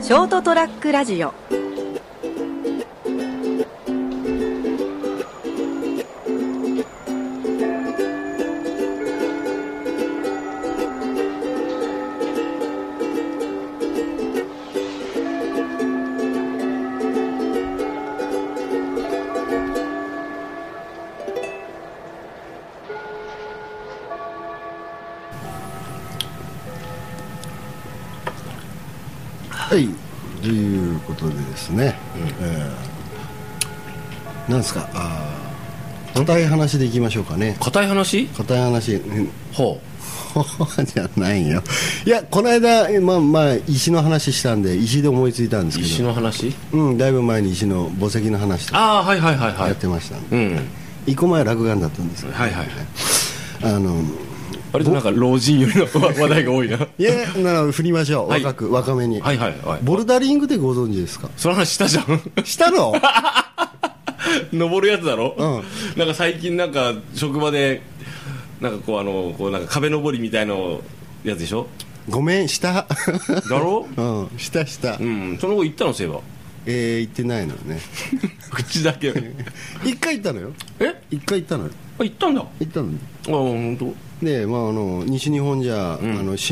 ショートトラックラジオはいということでですね、えーなんですかあー硬い話でいきましょうかね硬い話硬い話 うんほほほじゃないよいやこの間えまあまあ石の話したんで石で思いついたんでうすけど石の話うん、だいぶ前に石の墓石の話とかああはいはいはいはやいってましたんで、うん一個前は落眼だったんですけどはいはいあの割となんか老人よりの 話題が多いないやなら振りましょう、はい若く若めに、はいはいはいボルダリングでご存知ですかその 話したじゃんしたの登るやつだろ、うなんか最近なんか職場でなんかこうあのこうなんか壁登りみたいなやつでしょごめんした だろうんしたした、うんその後行ったのそういえばえー、行ってないのね 口だけ一回行ったのよえ一回行ったのよあ行ったんだあ行ったの本当。で、まあ、あの西日本じゃ、あの老舗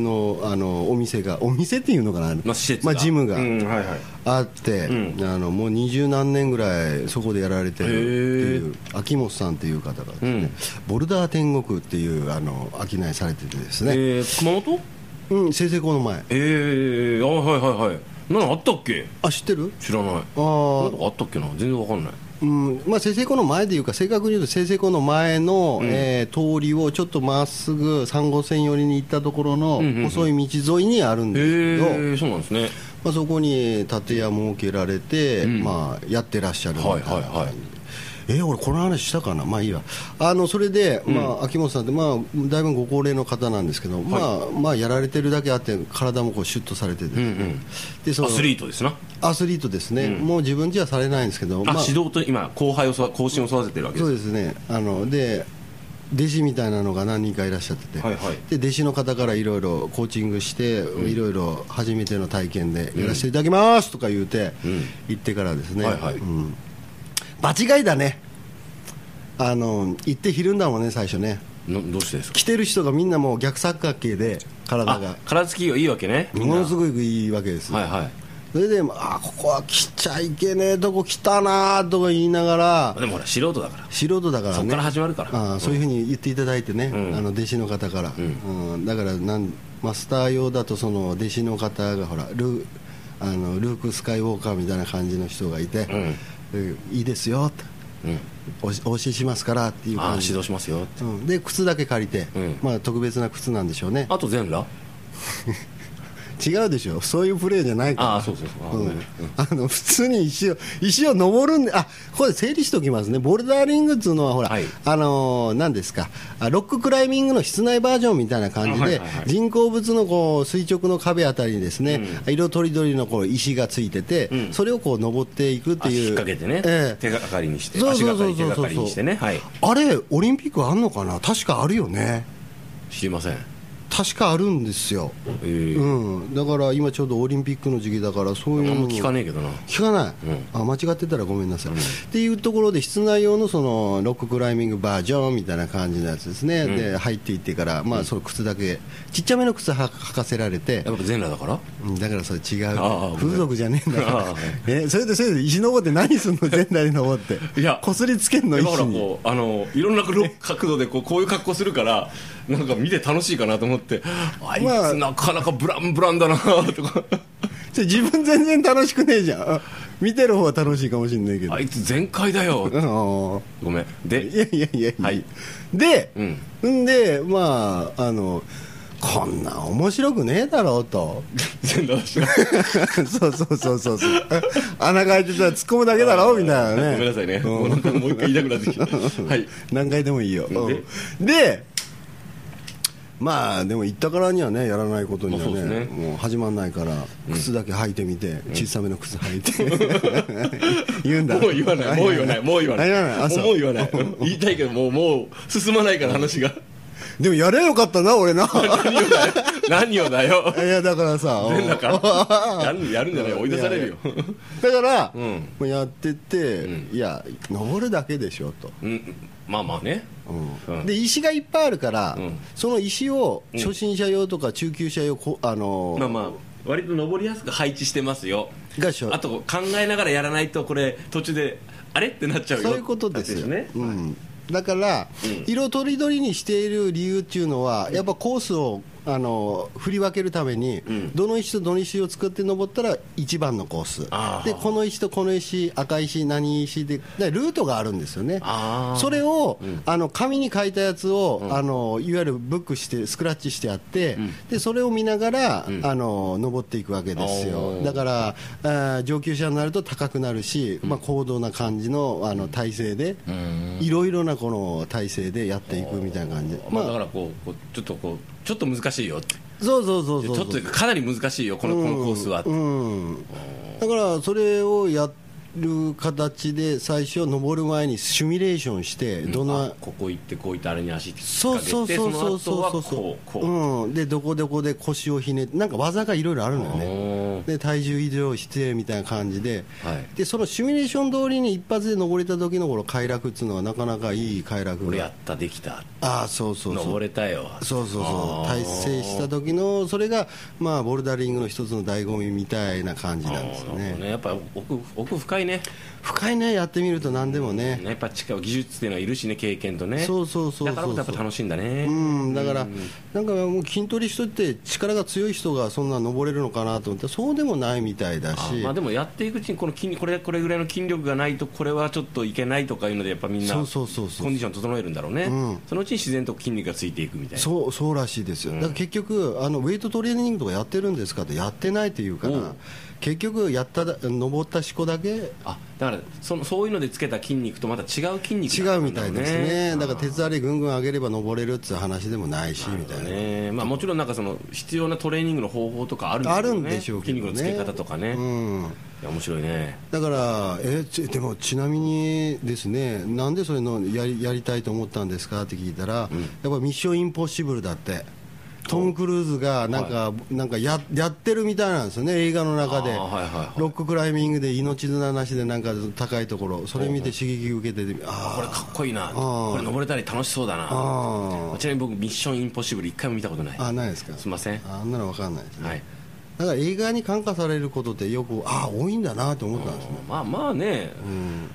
のあのお店がお店っていうのかな、まあ施設まがあ、ジムがうんはいはいあって、うあのもう二十何年ぐらいそこでやられてるっていへう秋元さんっていう方がですうね、んボルダー天国っていうあの商いされててですえね、ー熊本うん、生成校の前ええー、あはいはいはいなんかあったっけあ知ってる知らないあなんーかあったっけな全然わかんないうんまあ、生成湖の前でいうか正確に言うと生成湖の前の、えー通りをちょっとまっすぐ3号線寄りに行ったところのうんうんうん細い道沿いにあるんへですけど、えそうなんですねまあ、そこに建屋設けられて、まあ、やってらっしゃるみたいな感じ、はいはいはいえー俺、この話したかな、まあいいわ、あのそれで、まあ、秋元さんって、まあ、だいぶご高齢の方なんですけど、まあまあ、やられてるだけあって、体もこうシュッとされてて、うんうんでそアのスリートですなアスリートですね、もう自分じゃされないんですけど、あまあ、指導と今後輩を育後進を育ててるわけでそうですすねあので弟子みたいなのが何人かいらっしゃってて、はいはいで弟子の方からいろいろコーチングして、いろいろ初めての体験でやらせていただきますとか言うて、うん言ってからですね、はいはいうん、場違いだねあの行ってひるんだもんね最初ねなどうしてですか来てる人がみんなもう逆三角形で体あが体つきがいいわけねみんもなのすごくいいわけですよはいはいそれであここは来ちゃいけねえとこ来たなあとか言いながらあでもほら素人だから素人だからねそっから始まるからああそういうふうに言っていただいてね、んあの弟子の方から、うんだからなんマスター用だとその弟子の方がほらルあのルーク・スカイウォーカーみたいな感じの人がいて、でいいですよってうんおしお教えしますからっていうあ感指じ導しますよってうん、で靴だけ借りて、うんまあ、特別な靴なんでしょうねあと全裸違うでしょそういうプレーじゃないからああそうそうそうあうごめんんあの普通に石を石を登るんで、あこれ整理しておきますね、ボルダリングっていうのは、ほら、はいあのーなんですかあ、ロッククライミングの室内バージョンみたいな感じで、あはいはいはい人工物のこう垂直の壁あたりにですね、色とりどりのこう石がついてて、うんそれをこう登っていくって足いう。引っ掛けてね、ええ手がかりにしてそう足そがうかそりう手そうがかりにしてねはいあれ、オリンピックあんのかな、確かあるよね、知りませんえ確かあるんですよ、えうん、だから今、ちょうどオリンピックの時期だから、そういうのあんまも聞かねえけどな聞かない、うあ間違ってたらごめんなさい、っていうところで室内用のそのロッククライミングバージョンみたいな感じのやつですね、で入っていってから、まあ、その靴だけちっちゃめの靴は履かせられてやっぱ全裸だからうんだからそれ違うああ風俗じゃねえんだかああらえそれでそれで石登って何すんの全体に登っていやこすりつけんのだか石らにこうあのいろんな角角度でこうこういう格好するからなんか見て楽しいかなと思ってあいつまあなかなかブランブランだなとかそれ自分全然楽しくねえじゃんあ見てる方は楽しいかもしれないけどあいつ全開だようんごめんいでやいやいやいや、はいで、、うんで、まあ、あの、こんなん面白くねえだろうと、 全裸だしそうそうそうそうそう、穴が開いてたら突っ込むだけだろうみたいなね、ごめんなさいね、もううなんんかもう一回言いたくなってきてはい何回でもいいよ、でうんで、まあ、でも行ったからにはね、やらないことにはまあそうね、ですもう始まんないから、靴だけ履いてみて、小さめの靴履 いて、言うんだ、もう言わないもう言わないもう言わあない言わないあそうもう言わない言いたいけどもうもう進まないから話が でもやれよかったな俺な何をだよ いやだからさ全裸かやるやるんじゃない追い出されるよいやいやだから、うんもうやってて、いや登るだけでしょと、うんまあまあねうんうんで石がいっぱいあるから、うんその石を初心者用とか中級者用こあのーまあまあ割と登りやすく配置してますよがしょあと考えながらやらないとこれ途中であれってなっちゃうよそういうことですよねうん、だから、うん色とりどりにしている理由っていうのは、やっぱコースをあの振り分けるために、んどの石とどの石を作って登ったら一番のコースあーでこの石とこの石赤石何石ででルートがあるんですよねあーそれを、あの紙に書いたやつを、あのいわゆるブックしてスクラッチしてあって、でそれを見ながら、あの登っていくわけですおよーだからあー上級者になると高くなるし、まあ、高度な感じのあの体勢で、いろいろなこの体勢でやっていくみたいな感じ、まあ、だまかあ、らこうこうちょっとこうちょっと難しいよってそうそうそうちそょうっとかなり難しいよこの,、このコースは、うん、だからそれをやる形で最初登る前にシミュレーションしてどの、あここ行ってこう行ってあれに足引っそう掛そうけてそうそうその後そはうこうこう、うん、でどこどこで腰をひねってなんか技がいろいろあるのよねおーで体重移動してみたいな感じで、はいでそのシミュレーション通りに一発で登れた時のこの快楽っていうのはなかなかいい快楽俺やがったできたああそうそうそう登れたよそうそうそうあ達ー成した時のそれがまあボルダリングの一つの醍醐味みたいな感じなんですよあーなるほどねねやっぱ奥奥深いね深いねやってみると何でもね、やっぱ近い技術っていうのはいるしね経験とねそうそうそうそうそうだからこそやっぱ楽しいんだねうん、だから、なんかもう筋トレしとって、力が強い人がそんな登れるのかなと思ったら、そうでもないみたいだあし、まあ、でもやっていくうちにこの筋これこれぐらいの筋力がないとこれはちょっといけないとかいうのでやっぱみんなそうコンデそうそうそうィション整えるんだろうね、うんそのうちに自然と筋肉がついていくみたいなそうそうらしいですよ、だから結局、あのウェイトトレーニングとかやってるんですかって、やってないっていうかおらう、結局、やっただ登った思考だけあだからそのそういうのでつけた筋肉とまた違う筋肉違があうるみんだたろいうですね、だから鉄あれぐんぐん上げれば登れるっていう話でもないしみたいな。ねまあ、もちろんなんかその必要なトレーニングの方法とかあるんでしょあうけどるねんでしょうけどね筋肉のつけ方とかね、いうんや面白いねだから、えちでもちなみにですね、なんでそれのやりやりたいと思ったんですかって聞いたら、やっぱミッションインポッシブルだって。トム・クルーズがなんか、なんかややってるみたいなんですよね、映画の中で、あーはいはいはいロッククライミングで命綱なしでなんか高いところ、それ見て刺激受けてて、これあーかっこいいなーこれ登れたり楽しそうだなあーちなみに僕ミッションインポッシブル一回も見たことないあ、ないですか、すいませんあんなの分かんないですね、はいだから映画に感化されることって、よく、ああ、多いんだなと思ったんですね。まあまあね、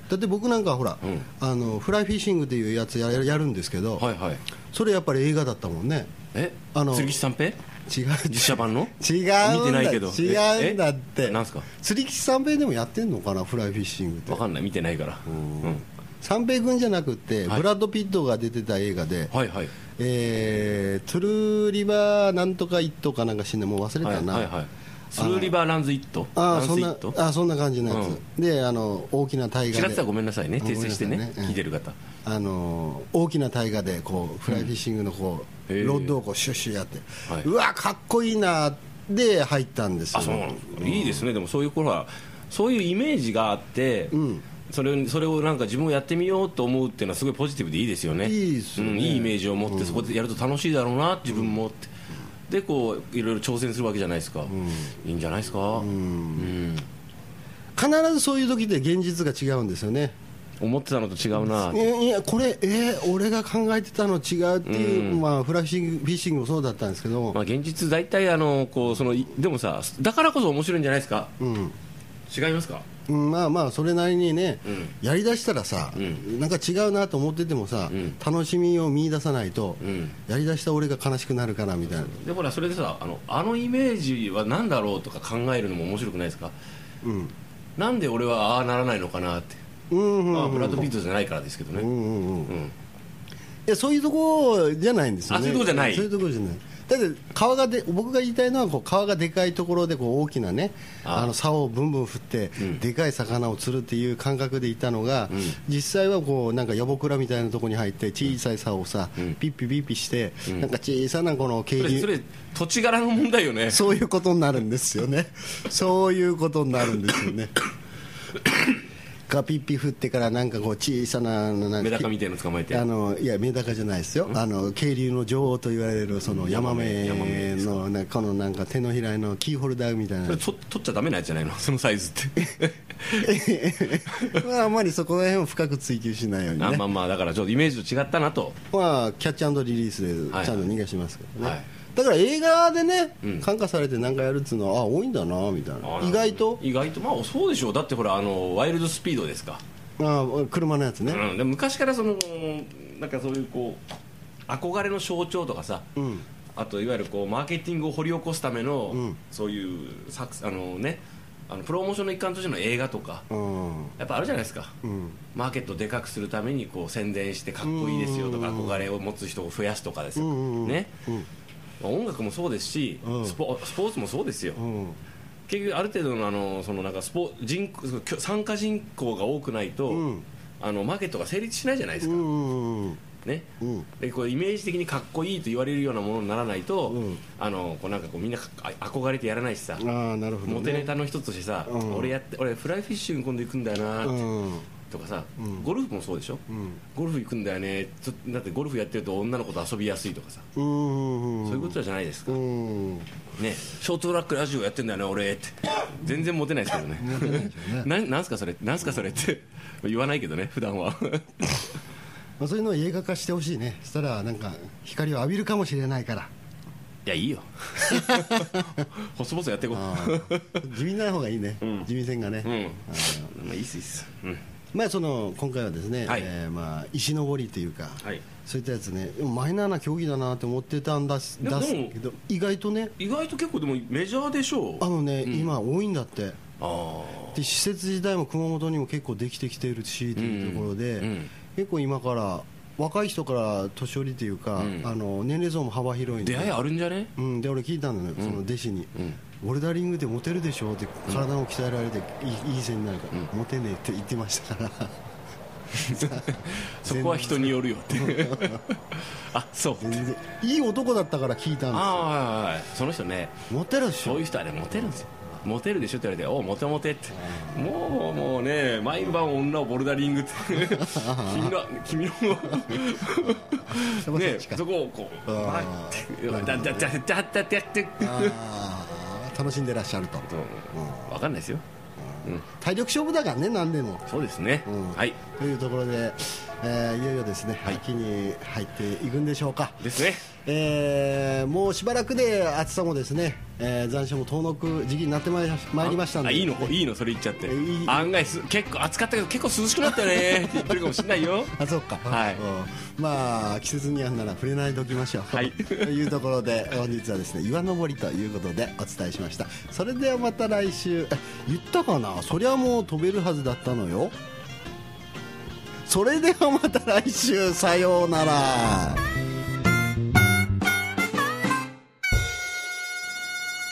だって僕なんかほら、うんあのフライフィッシングっていうやつややるんですけど、はいはいそれやっぱり映画だったもんねえあの釣り吉三 平違う実写版の違うんだ見てないけど違うんだってええなんすか釣り吉三平でもやってんのかなフライフィッシングってわかんない見てないからうん三平君じゃなくて、はいブラッド・ピットが出てた映画で、はいはいえートゥルーリバーなんとか一頭かなんか死んでもう忘れたな、はいはいはいスルーリバーランズイットあラあンそズんイッなトあそんな感じのやつ、うであの大きな大違河っでてたらごめんなさいね訂正してごめんねなさいね聞いてる方あの大きな大河でこうフライフィッシングのこう、へえロッドをこうシュッシュやって、はいうわかっこいいなで入ったんですよあそうなのいいですねでもそういう頃はそういうイメージがあって、んそれをそれをなんか自分をやってみようと思うっていうのはすごいポジティブでいいですよねいいですよねうん、いいイメージを持ってそこでやると楽しいだろうな自分もって、でこういろいろ挑戦するわけじゃないですか、いいんじゃないですか、うん必ずそういう時って現実が違うんですよね思ってたのと違うな、いやいやこれえー俺が考えてたの違うっていう、まあ、フライフィッシングもそうだったんですけども、まあ、現実大体あのこうそのいでもさだからこそ面白いんじゃないですかうん違いますかうんまあまあそれなりにね、うんやりだしたらさ、んなんか違うなと思っててもさ、ん楽しみを見出さないと、うんやりだした俺が悲しくなるからみたいなでほらそれでさあのあのイメージは何だろうとか考えるのも面白くないですかうんなんで俺はああならないのかなって、うんうんまあ、ブラッド・ピットじゃないからですけどね、うんうんうんうんいやそういうとこじゃないんですよねあそういうとこじゃないそういうとこじゃないだって川がで僕が言いたいのはこう川がでかいところでこう大きなねああの竿をブンブン振って、んでかい魚を釣るっていう感覚でいたのが、実際はこうなんかヤボクラみたいなところに入って小さい竿をさ、んピッピピッピして、なんか小さなこのそ軽れそ油れ土地柄の問題よねそういう ことになるんですよねそういうことになるんですよねかピッピ振ってからなんかこう小さななんメかダカみたいなの捕まえてあのいやメダカじゃないですよ、あの渓流の女王と言われるそのヤマメヤマメですのなんかこのなんか手のひらのキーホルダーみたいそなれと取っちゃダメなやつじゃないのそのサイズって まあ、あんまりそこら辺を深く追求しないようにあねまあまあだからちょっとイメージと違ったなとまあ、キャッチアンドリリースはでいちゃんと逃がしますけどね、はいだから映画でね、うん感化されてなんかやるっつうのはあ多いんだなみたいなあ意外と意外とまあそうでしょうだってほらあのワイルドスピードですか、あ車のやつね、うん、で昔からそのなんかそういうこう憧れの象徴とかさ、うんあといわゆるこうマーケティングを掘り起こすための、うんそういう作あのねあのプロモーションの一環としての映画とかうんやっぱあるじゃないですか、うんマーケットをでかくするためにこう宣伝してかっこいいですよとかうん憧れを持つ人を増やすとかですよ、うんうんうんねうんまあ音楽もそうですし、うんスポスポーツもそうですよ、うん結局ある程度のあのそのなんかスポ人口そのきょ参加人口が多くないと、うんあのマーケットが成立しないじゃないですうか、んねうんでこうイメージ的にかっこいいと言われるようなものにならないと、うんあのこうなんかこうみんなかあ憧れてやらないしさ、ああなるほど、ね、モテネタの一つとしてさ、うん俺やって俺フライフィッシング今度行くんだよな、うんとかさ、うんゴルフもそうでしょ、うんゴルフ行くんだよねちょっとだってゴルフやってると女の子と遊びやすいとかさ、うんそういうことじゃないですか、うんねショートトラックラジオやってんだよね俺って全然モテないですけどね ななんすかそれなんすかそれって 言わないけどね普段 はまあ、そういうのを映画化してほしいねそしたらなんか光を浴びるかもしれないからいやいい よ細々やっていこああ地味な方がいいね、うん地味線がね、ううんまあいいっすいいっす、うん、まあ、その今回はですね、はいえーまあ、石登りというか、はいそういったやつね、でもマイナーな競技だなと思ってたんだすでだもすけど、意外とね、意外と結構でもメジャーでしょうあのね、うん今、多いんだって、あで施設自体も熊本にも結構できてきてるしというところで、うんうん結構今から、若い人から年寄りというか、うんあの年齢層も幅広いあんで、出会いあるんじゃねうん、で俺、聞いたんだよ、その弟子に。うんボルダリングでモテるでしょって体を鍛えられていいいい線になるから、モテねえって言ってましたから そこは人によるよって あそう全然いい男だったから聞いたんですよああはいはいはいその人ねモテるでしそうょいう人はねモテるんですよモテるでしょって言われて「おうモテモテ」ってもうもうね毎晩女をボルダリングって 君の君そのこそねっちかそこをこうバあーッて「だだだだだだって」あー楽しんでらっしゃると、うんわかんないですようん体力勝負だからね何でも、そうですねうんはいというところで、えーいよいよですね、はい秋に入っていくんでしょうかですねえーもうしばらくで暑さもですね、えー残暑も遠のく時期になってまいりま参りましたんであいいのいいのそれ言っちゃってえいい案外す結構暑かったけど結構涼しくなったよねって言ってるかもしれないよあそうか、はいうんまあ季節にはなら触れないでおきましょう、はい というところで本日はですね岩登りということでお伝えしましたそれではまた来週え言ったかなそりゃもう飛べるはずだったのよそれではまた来週さようなら